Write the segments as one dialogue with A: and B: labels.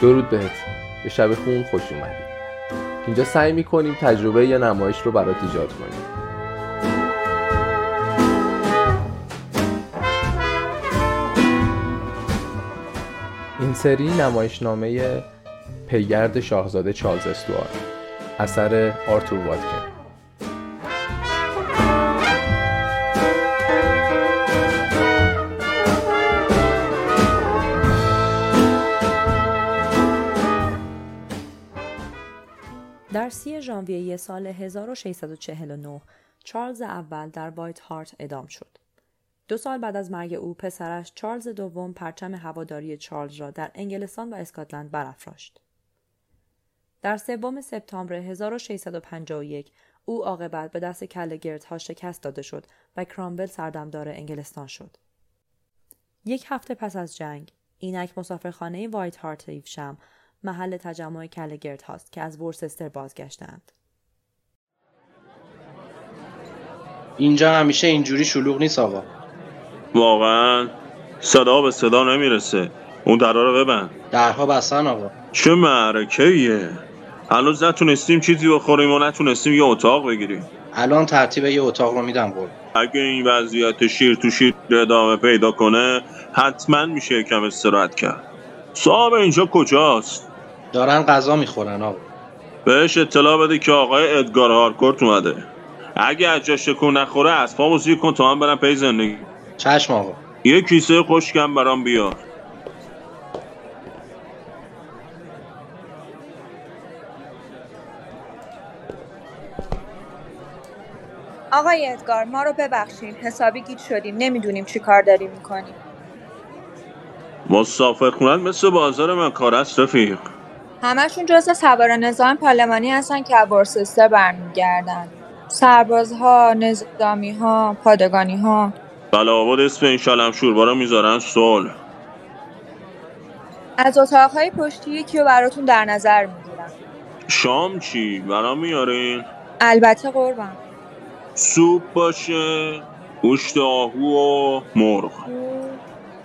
A: درود بهت به شب خون خوش اومدی اینجا سعی میکنیم تجربه یا نمایش رو برات ایجاد کنیم این سری نمایشنامه پیگرد شاهزاده چارلز استوار اثر آرتور واتکن
B: در سی ژانویه سال 1649 چارلز اول در وایت هارت اعدام شد. دو سال بعد از مرگ او پسرش چارلز دوم پرچم هواداری چارلز را در انگلستان و اسکاتلند برافراشت. در سوم سپتامبر 1651 او عاقبت به دست کله گردها شکست داده شد و کرامبل سردمدار انگلستان شد. یک هفته پس از جنگ اینک مسافرخانه وایت هارت ایفشم محل تجمع کلگرد هاست که از ورسستر بازگشتند.
C: اینجا همیشه اینجوری شلوغ نیست آقا
D: واقعا صدا به صدا نمیرسه اون درا رو ببند
C: درها بستن آقا
D: چه معرکه ایه هنوز نتونستیم چیزی بخوریم و نتونستیم یه اتاق بگیریم
C: الان ترتیب یه اتاق رو میدم قول
D: اگه این وضعیت شیر تو شیر ادامه پیدا کنه حتما میشه یکم استراحت کرد صاحب اینجا کجاست
C: دارن غذا میخورن آقا
D: بهش اطلاع بده که آقای ادگار هارکورت اومده اگه از جاش تکون نخوره از پامو زیر کن تا من برم پی زندگی
C: چشم آقا
D: یه کیسه خشکم برام بیار
E: آقای ادگار ما رو ببخشین حسابی گیت شدیم نمیدونیم چی کار داری میکنیم
D: مسافر خونت مثل بازار من کار است رفیق
E: همشون جزء سوار نظام پارلمانی هستن که از ورسستر برمیگردن سربازها نظامیها پادگانیها
D: بله آباد اسم این شلم شوربارا میذارن سول
E: از اتاقهای پشتی یکی رو براتون در نظر میگیرم
D: شام چی برام میارین
E: البته قربم
D: سوپ باشه گوشت آهو و مرغ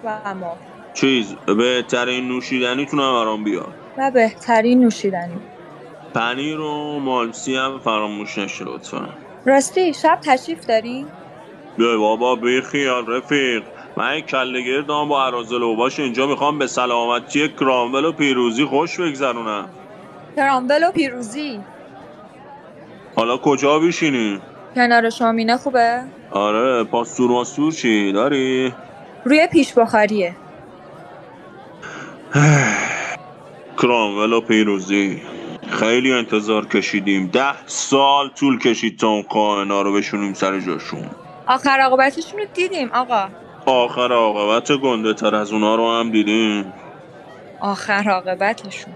E: و ما
D: چیز بهترین نوشیدنیتون هم برام بیار
E: و بهترین نوشیدنی
D: پنیر و مالسی هم فراموش نشه لطفا
E: راستی شب تشریف داری؟
D: به بابا بیخیال رفیق من کله گردم با عراض لوباش اینجا میخوام به سلامتی کرامبل و پیروزی خوش بگذرونم
E: کرامبل و پیروزی
D: حالا کجا بیشینی؟
E: کنار شامینه خوبه؟
D: آره پاستور ماستور چی داری؟
E: روی پیش بخاریه
D: کرامول و پیروزی خیلی انتظار کشیدیم ده سال طول کشید تا اون قاهنا رو بشونیم سر جاشون
E: آخر عاقبتشون رو دیدیم آقا
D: آخر عاقبت گنده تر از اونا رو هم دیدیم
E: آخر عاقبتشون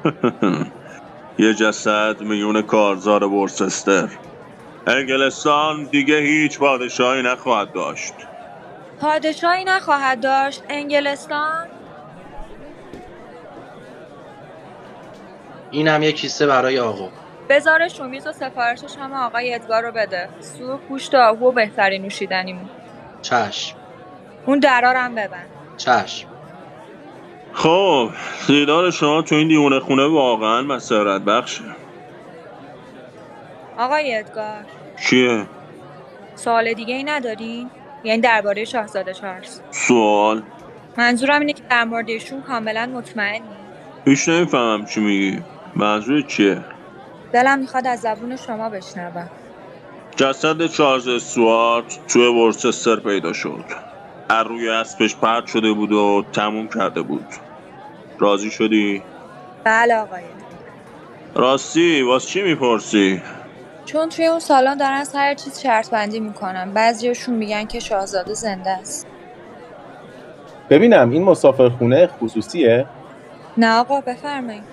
D: یه جسد میون کارزار ورسستر انگلستان دیگه هیچ پادشاهی نخواهد داشت
E: پادشاهی نخواهد داشت انگلستان
C: این هم یه کیسه برای آقا
E: بزار شومیز و سفارشش هم آقای ادگار رو بده سوپ گوشت آهو و بهترین نوشیدنیمون
C: چشم
E: اون درارم ببند
C: چشم
D: خب دیدار شما تو این دیونه خونه واقعا مسرت بخشه
E: آقای ادگار
D: چیه؟
E: سوال دیگه ای ندارین؟ یعنی درباره شاهزاده چارلز
D: سوال؟
E: منظورم اینه که در مورد ایشون کاملا مطمئنی
D: هیچ نمیفهمم چی میگی منظور چیه؟
E: دلم میخواد از زبون شما بشنوم
D: جسد چارلز استوارت توی ورسستر پیدا شد از روی اسبش پرد شده بود و تموم کرده بود راضی شدی؟
E: بله آقای
D: راستی واس چی میپرسی؟
E: چون توی اون سالن دارن از هر چیز شرط بندی میکنن بعضیاشون میگن که شاهزاده زنده است
F: ببینم این مسافرخونه خصوصیه
E: نه آقا بفرمایید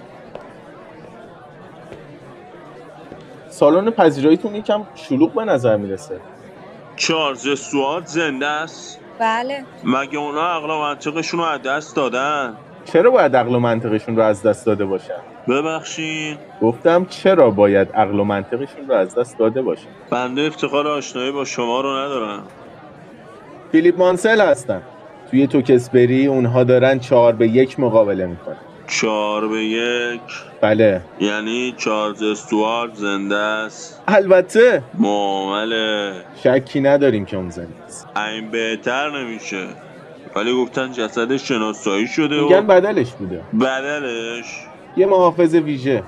F: سالن پذیراییتون یکم شلوغ به نظر میرسه
D: چارلز استوارت زنده است
E: بله
D: مگه اونا عقل و منطقشون رو از دست دادن
F: چرا باید عقل و منطقشون رو از دست داده باشن
D: ببخشین
F: گفتم چرا باید عقل و منطقشون رو از دست داده باشن
D: بنده افتخار آشنایی با شما رو ندارم
F: فیلیپ مانسل هستم توی توکسبری اونها دارن چهار به یک مقابله میکنن
D: چهار به یک
F: بله
D: یعنی چارلز استوارت زنده است
F: البته
D: معامله
F: شکی نداریم که اون زنده است
D: این بهتر نمیشه ولی گفتن جسد شناسایی شده
F: میگن
D: و
F: بدلش بوده
D: بدلش
F: یه محافظ ویژه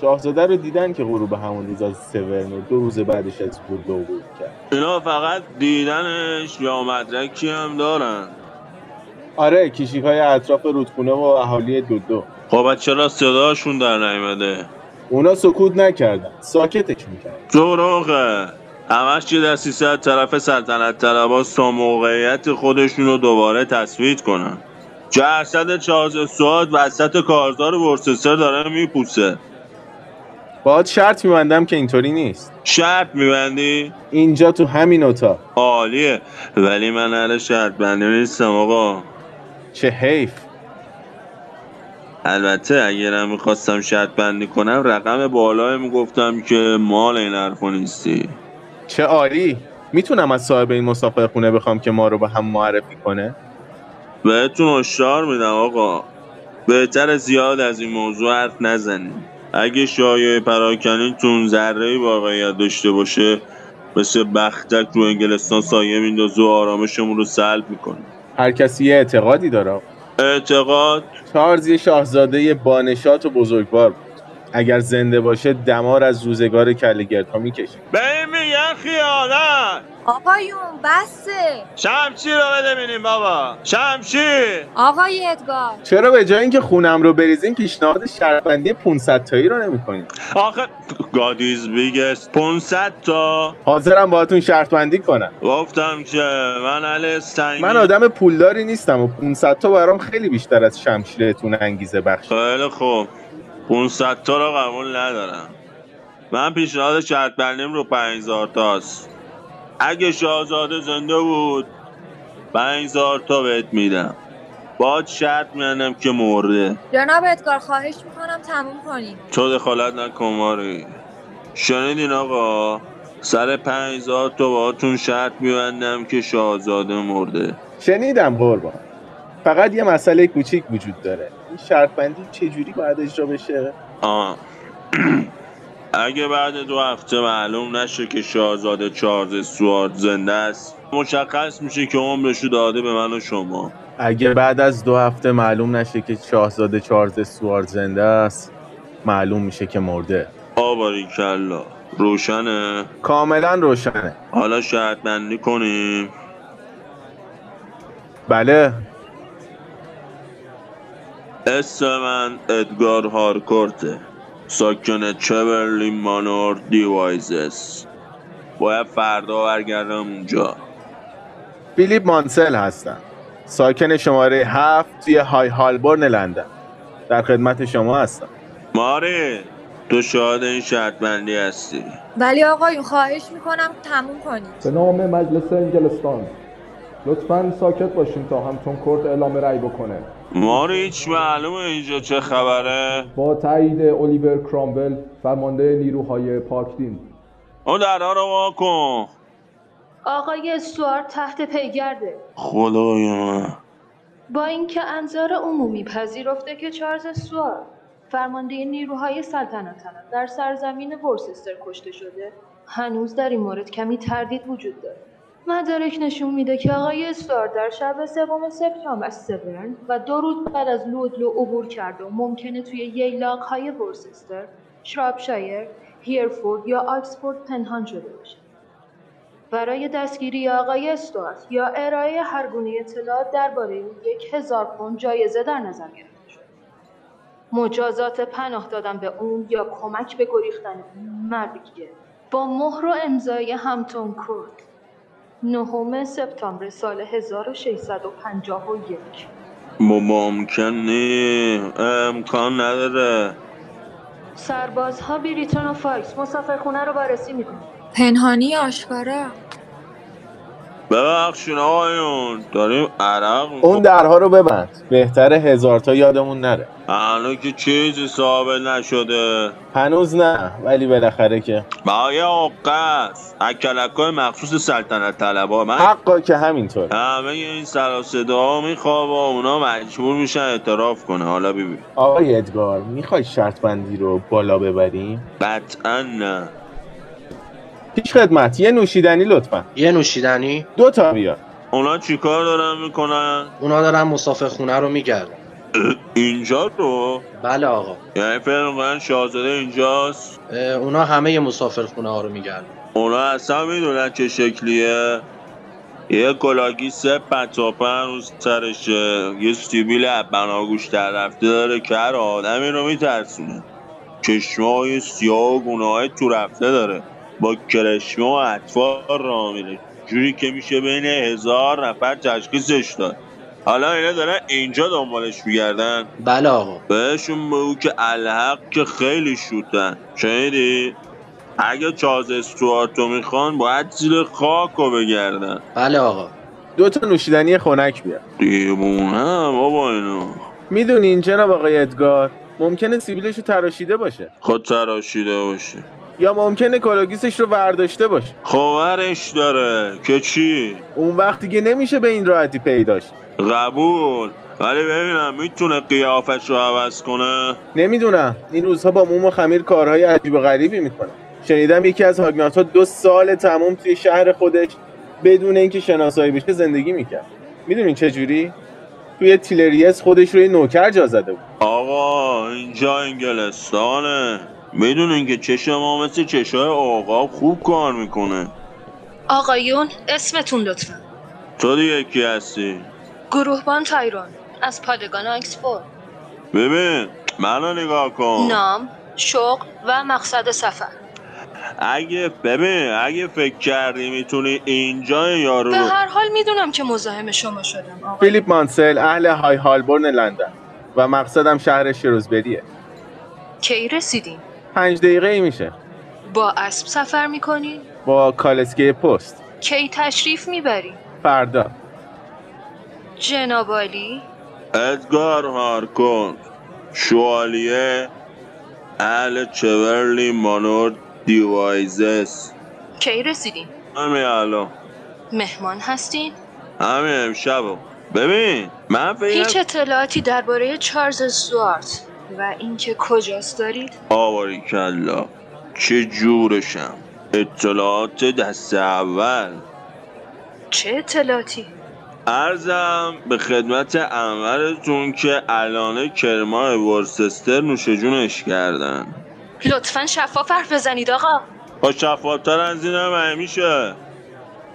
F: شاهزاده رو دیدن که غروب همون روز از سورن و دو روز بعدش از بورده عبور کرد
D: اینا فقط دیدنش یا مدرکی هم دارن
F: آره کشیک های اطراف رودخونه و اهالی دودو
D: خب پس چرا صداشون در نیمده
F: اونا سکوت نکردن ساکتش میکرد
D: دروغه همش یه دستی سر طرف سلطنت طلباست تا موقعیت خودشون رو دوباره تثبیت کنن جسد چارلز سواد وسط کارزار ورسستر داره میپوسه
F: باید شرط میبندم که اینطوری نیست
D: شرط میبندی؟
F: اینجا تو همین اتاق
D: عالیه ولی من اهل شرط بندی نیستم آقا
F: چه حیف
D: البته اگرم میخواستم شرط بندی کنم رقم بالای میگفتم که مال این حرفو نیستی
F: چه عالی میتونم از صاحب این مسافر خونه بخوام که ما رو به هم معرفی کنه
D: بهتون هشدار میدم آقا بهتر زیاد از این موضوع حرف نزنیم اگه شایعه پراکنیتون ذره واقعیت داشته باشه مثل بختک رو انگلستان سایه میندازه و آرامشمون رو سلب میکنه
F: هر کسی یه اعتقادی داره
D: اعتقاد
F: چارلز یه شاهزاده بانشات و بزرگوار بود اگر زنده باشه دمار از روزگار کلگردها میکشه
D: به این میگن خیانت
E: آقایون بسه
D: شمشیر رو بده بینیم بابا شمشیر
E: آقای ادگار
F: چرا به جای اینکه خونم رو بریزیم پیشنهاد شرفندی 500 تایی رو نمیکنیم
D: آخه گادیز بیگست 500 تا
F: حاضرم باهاتون شرط بندی کنم
D: گفتم که من ال سنگین
F: من آدم پولداری نیستم و 500 تا برام خیلی بیشتر از شمشیرتون انگیزه بخش
D: خیلی خوب 500 تا رو قبول ندارم من پیشنهاد شرط بندیم رو 5000 تاست اگه شاهزاده زنده بود 5000 تا بهت میدم باید شرط میانم که مرده
E: جناب ادگار خواهش میکنم تموم کنید
D: تو دخالت نکن ماری شنیدین آقا سر 5000 تا باهاتون شرط میبندم که شاهزاده مرده
F: شنیدم قربان فقط یه مسئله کوچیک وجود داره این شرط بندی چجوری باید اجرا بشه
D: آه. اگه بعد دو هفته معلوم نشه که شاهزاده چارلز سوارد زنده است مشخص میشه که عمرشو داده به من و شما
F: اگه بعد از دو هفته معلوم نشه که شاهزاده چارلز سوار زنده است معلوم میشه که مرده
D: آباریکلا روشنه
F: کاملا روشنه
D: حالا شرط بندی کنیم
F: بله
D: اسم من ادگار هارکورته ساکن چبرلی مانور دیوایزس باید فردا برگردم اونجا
F: فیلیپ مانسل هستم ساکن شماره هفت توی های هالبورن لندن در خدمت شما هستم
D: ماری تو شاهد این شرط بندی هستی
E: ولی آقایون خواهش میکنم تموم کنید
G: به نام مجلس انگلستان لطفا ساکت باشین تا همتون کرد اعلام رأی بکنه
D: ماری هیچ معلومه اینجا چه خبره
G: با تایید الیور کرامبل فرمانده نیروهای پاکدین
D: اون درها رو وا کن
H: آقای استوارت تحت پیگرده
D: خدای من
H: با اینکه انظار عمومی پذیرفته که چارلز استوارت فرمانده نیروهای سلطنت طلب در سرزمین ورسستر کشته شده هنوز در این مورد کمی تردید وجود دارد مدارک نشون میده که آقای استوارت در شب سوم سپتامبر از سبرن و دو روز بعد از لودلو عبور کرده و ممکنه توی ییلاق های ورسستر شرابشایر هیرفورد یا آکسفورد پنهان شده باشه برای دستگیری آقای استوارت یا ارائه هرگونه اطلاعات درباره او یک هزار پوند جایزه در نظر گرفته شد مجازات پناه دادن به اون یا کمک به گریختن اون مرگه با مهر و امضای همتون کرد نهم سپتامبر سال 1651
D: ما ممکن نی امکان نداره
H: سربازها بریتون و فاکس مسافرخونه رو بررسی میکنن
E: پنهانی یا آشکارا
D: ببخشین آقایون داریم عرق
F: اون
D: می‌خوریم.
F: درها رو ببند بهتره هزار تا یادمون نره
D: هنوز که چیزی ثابت نشده
F: هنوز نه ولی بالاخره که
D: با یه حقه است اکلکای مخصوص سلطنت طلبا من
F: حقا که همینطور
D: همه این سر و صدا ها میخواب و اونا مجبور میشن اعتراف کنه حالا ببین
F: آقای ادگار میخوای شرط بندی رو بالا ببریم
D: قطعا نه
F: پیش خدمت یه نوشیدنی لطفا
C: یه نوشیدنی
F: دو تا بیار
D: اونا چیکار دارن میکنن
C: اونا دارن مسافر خونه رو میگردن
D: اینجا رو
C: بله آقا
D: یعنی فکر میکنن شاهزاده اینجاست
C: اه، اونا همه مسافر خونه ها رو میگردن
D: اونا اصلا میدونن چه شکلیه یه کلاگی سه پتاپن رو سرشه یه سیبیل بناگوش در رفته داره که هر آدمی رو میترسونه چشمای سیاه و گناهی تو رفته داره با کرشمه و اطفال را میره جوری که میشه بین هزار نفر تشخیصش داد حالا اینا دارن اینجا دنبالش میگردن
C: بله آقا
D: بهشون بگو که الحق که خیلی شوتن شنیدی؟ اگه چاز استوارتو میخوان باید زیر خاک رو بگردن
C: بله آقا
F: دو تا نوشیدنی خنک بیار
D: دیوونه بابا اینو
F: میدونین جناب آقای ادگار ممکنه سیبیلش رو تراشیده باشه
D: خود تراشیده باشه
F: یا ممکنه کلاگیسش رو ورداشته باشه
D: خبرش داره که چی؟
F: اون وقت دیگه نمیشه به این راحتی پیداش
D: قبول ولی ببینم میتونه قیافش رو عوض کنه
F: نمیدونم این روزها با موم و خمیر کارهای عجیب و غریبی میکنه شنیدم یکی از هاگناتا دو سال تمام توی شهر خودش بدون اینکه شناسایی بشه زندگی میکرد میدونین چجوری توی تیلریس خودش رو یه نوکر جا زده بود
D: آقا اینجا انگلستانه میدونین که چشم ما مثل چشای آقاب خوب کار میکنه
H: آقایون اسمتون لطفا
D: تو دیگه کی هستی؟
H: گروهبان تایرون از پادگان آکسفورد
D: ببین منو نگاه کن
H: نام شغل و مقصد سفر
D: اگه ببین اگه فکر کردی میتونی اینجا یارو
H: به
D: رو
H: هر حال میدونم که مزاحم شما شدم آقا
F: فیلیپ مانسل اهل های هالبورن لندن و مقصدم شهر شروزبریه
H: کی رسیدیم
F: پنج دقیقه ای میشه
H: با اسب سفر میکنی
F: با کالسکه پست
H: کی تشریف میبری
F: فردا
H: جناب عالی
D: ادگار هارکن شوالیه اهل چورلی مانور دیوایزس
H: کی رسیدیم
D: همین الان
H: مهمان هستین
D: همین امشب ببین من
H: هیچ
D: فکر
H: اطلاعاتی درباره چارلز استوارت و اینکه کجاست دارید
D: آواری کلا چه جورشم اطلاعات دست اول
H: چه اطلاعاتی
D: ارزم به خدمت انورتون که الانه کرمای ورسستر نوش جونش کردن
H: لطفا شفاف حرف بزنید آقا
D: با شفافتر از این هم همیشه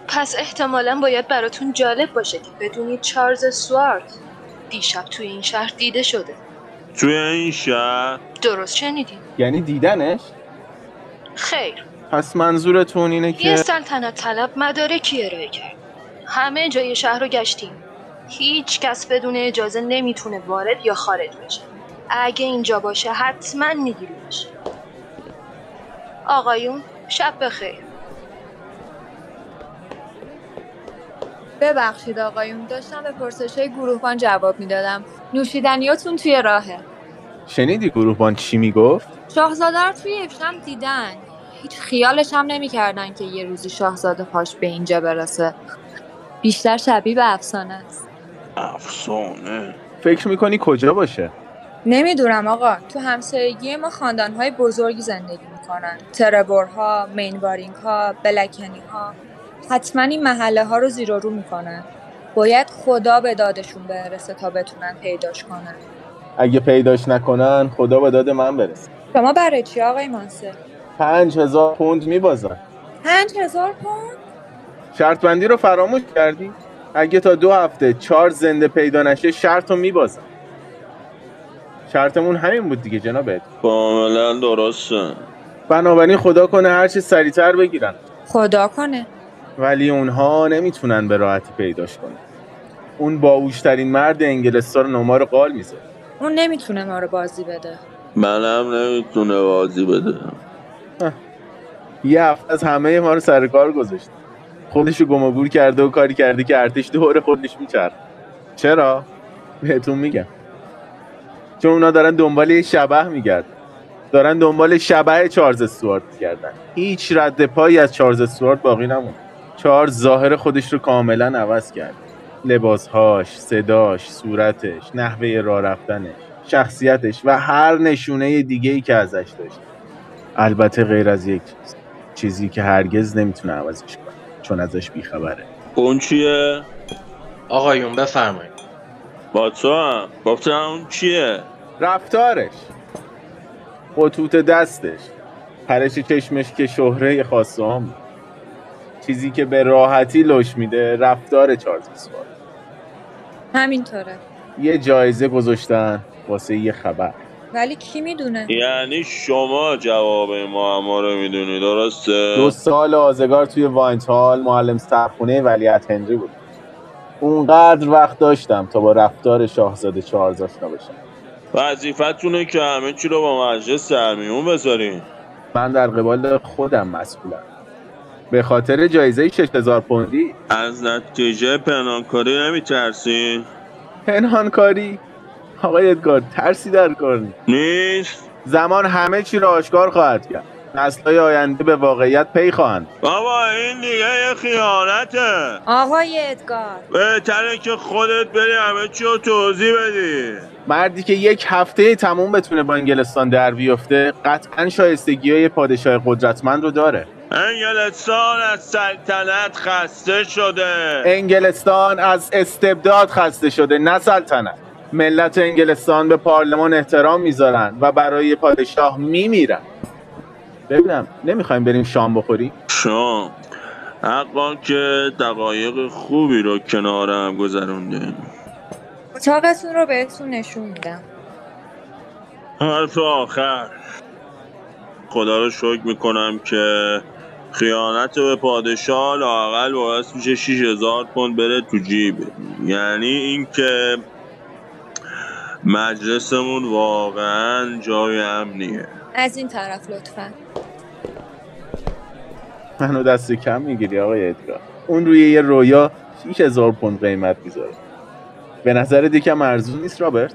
H: پس احتمالا باید براتون جالب باشه که بدونید چارلز استوارت دیشب توی این شهر دیده شده
D: توی این شهر
H: درست شنیدین
F: یعنی دیدنش
H: خیر
F: پس منظورتون اینه
H: یه
F: که
H: سلطنت طلب مدارکی ارائه کرد همه جای شهر رو گشتیم هیچ کس بدون اجازه نمیتونه وارد یا خارج بشه اگه اینجا باشه حتما میگیریمش آقایون شب بخیر
E: ببخشید آقایون داشتم به پرسش های گروهبان جواب میدادم نوشیدنیاتون توی راهه
F: شنیدی گروهبان چی میگفت
E: شاهزاده رو توی افشم دیدن هیچ خیالش هم نمیکردن که یه روزی شاهزاده پاش به اینجا برسه بیشتر شبیه به افسانه است
D: افسانه
F: فکر میکنی کجا باشه
E: نمیدونم آقا تو همسایگی ما خاندانهای بزرگی زندگی میکنن تربورها، مینوارینگها، بلکنیها حتما این محله ها رو زیر و رو میکنن باید خدا به دادشون برسه تا بتونن پیداش کنن
F: اگه پیداش نکنن خدا با داد من برسه
E: شما برای چی آقای مانسه؟
F: پنج هزار پوند میبازن
E: پنج هزار پوند؟
F: شرط بندی رو فراموش کردی اگه تا دو هفته چهار زنده پیدا نشه شرط رو میبازن شرطمون همین بود دیگه جناب ادگار.
D: کاملا درسته
F: بنابراین خدا کنه هرچی سریعتر بگیرن
E: خدا کنه
F: ولی اونها نمیتونن به راحتی پیداش کنن اون باهوشترین مرد انگلستان نما رو قال میزه
E: اون نمیتونه ما رو بازی بده
D: منم نمیتونه بازی بده
F: یه هفته از همه ما رو سر کار گذاشت خودشو گم و گور کرده و کاری کرده که ارتش دور خودش میچرخه چرا بهتون میگم چون اونا دارن دنبال یه شبه میگردن دارن دنبال شبه چارلز استوارت میگردن هیچ رد پایی از چارلز استوارت باقی نمون چارلز ظاهر خودش رو کاملا عوض کرد لباسهاش، صداش، صورتش، نحوه راه رفتنش، شخصیتش و هر نشونه دیگه ای که ازش داشت. البته غیر از یک چیز. چیزی که هرگز نمیتونه عوضش کنه چون ازش بیخبره.
D: اون چیه؟
C: آقایون بفرمایید
D: با تو هم گفتم اون چیه؟
F: رفتارش خطوط دستش پرش چشمش که شهره خاصه هم بود. چیزی که به راحتی لش میده رفتار چارلز اسوارد
E: همینطوره
F: یه جایزه گذاشتن واسه یه خبر
E: ولی کی میدونه
D: یعنی شما جواب معما رو میدونی درسته؟
F: دو سال آزگار توی واینت هال معلم سرخونه ولیعت هنری بود اونقدر وقت داشتم تا با رفتار شاهزاده چارلز آشنا بشم
D: وظیفتونه که همه چی رو با مجلس سرمیون بذارین
F: من در قبال خودم مسئولم به خاطر جایزه 6000 پوندی
D: از نتیجه پنهانکاری نمیترسین
F: پنهانکاری آقای ادگار ترسی در کار نیست
D: نیست
F: زمان همه چی را آشکار خواهد کرد نسلهای آینده به واقعیت پی خواهند
D: بابا این دیگه یه خیانته
E: آقای ادگار
D: بهتره که خودت بری همه چی رو توضیح بدی
F: مردی که یک هفته تموم بتونه با انگلستان در بیفته قطعا شایستگی های پادشاه قدرتمند رو داره
D: انگلستان از سلطنت خسته شده
F: انگلستان از استبداد خسته شده نه سلطنت ملت انگلستان به پارلمان احترام میذارن و برای پادشاه میمیرن ببینم نمیخوایم بریم شام بخوری
D: شام حقا که دقایق خوبی رو کنارم گذرونده
E: اتاقتون رو بهتون نشون میدم
D: حرف آخر خدا رو شکر میکنم که خیانت به پادشاه لاقل باعث میشه 6000 پوند بره تو جیب یعنی اینکه مجلسمون واقعا جای امنیه
E: از این طرف لطفا
F: منو دست کم میگیری آقای ادگار اون روی یه رویا 6000 پوند قیمت میذاره به نظر دیگه ارزون نیست رابرت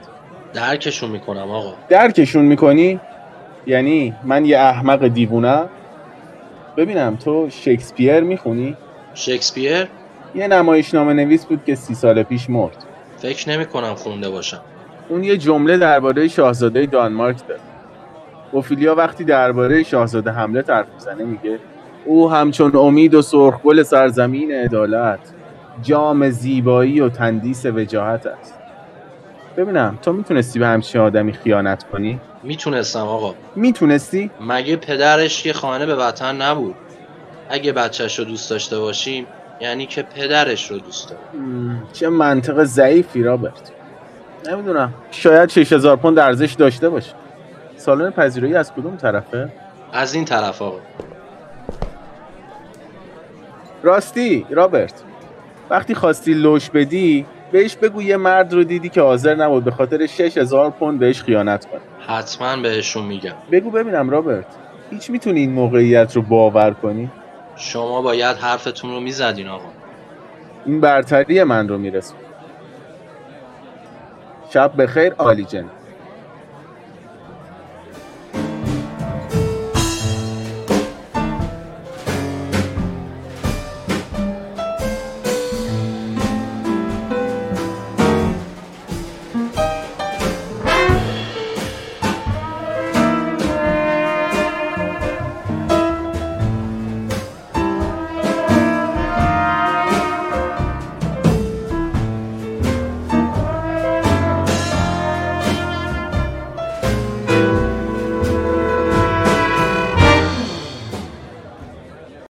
C: درکشون میکنم آقا
F: درکشون میکنی یعنی من یه احمق دیوونم ببینم تو شکسپیر میخونی
C: شکسپیر
F: یه نمایشنامه نویس بود که سی سال پیش مرد
C: فکر نمی کنم خونده باشم
F: اون یه جمله درباره شاهزاده دانمارک داره اوفیلیا وقتی درباره شاهزاده حملت حرف میزنه میگه او همچون امید و سرخگل سرزمین عدالت جام زیبایی و تندیس وجاهت است ببینم تو میتونستی به همچین آدمی خیانت کنی
C: میتونستم آقا
F: میتونستی
C: مگه پدرش یه خانه به وطن نبود اگه بچهش رو دوست داشته باشیم یعنی که پدرش رو دوست داره
F: چه منطق ضعیفی رابرت نمیدونم شاید 6000 پوند ارزش داشته باشه سالن پذیرایی از کدوم طرفه
C: از این طرف آقا
F: راستی رابرت وقتی خواستی لوش بدی بهش بگو یه مرد رو دیدی که حاضر نبود به خاطر 6000 پوند بهش خیانت کنه
C: حتما بهشون میگم
F: بگو ببینم رابرت هیچ میتونی این موقعیت رو باور کنی
C: شما باید حرفتون رو میزدین آقا
F: این برتری من رو میرسون شب بخیر عالی جناب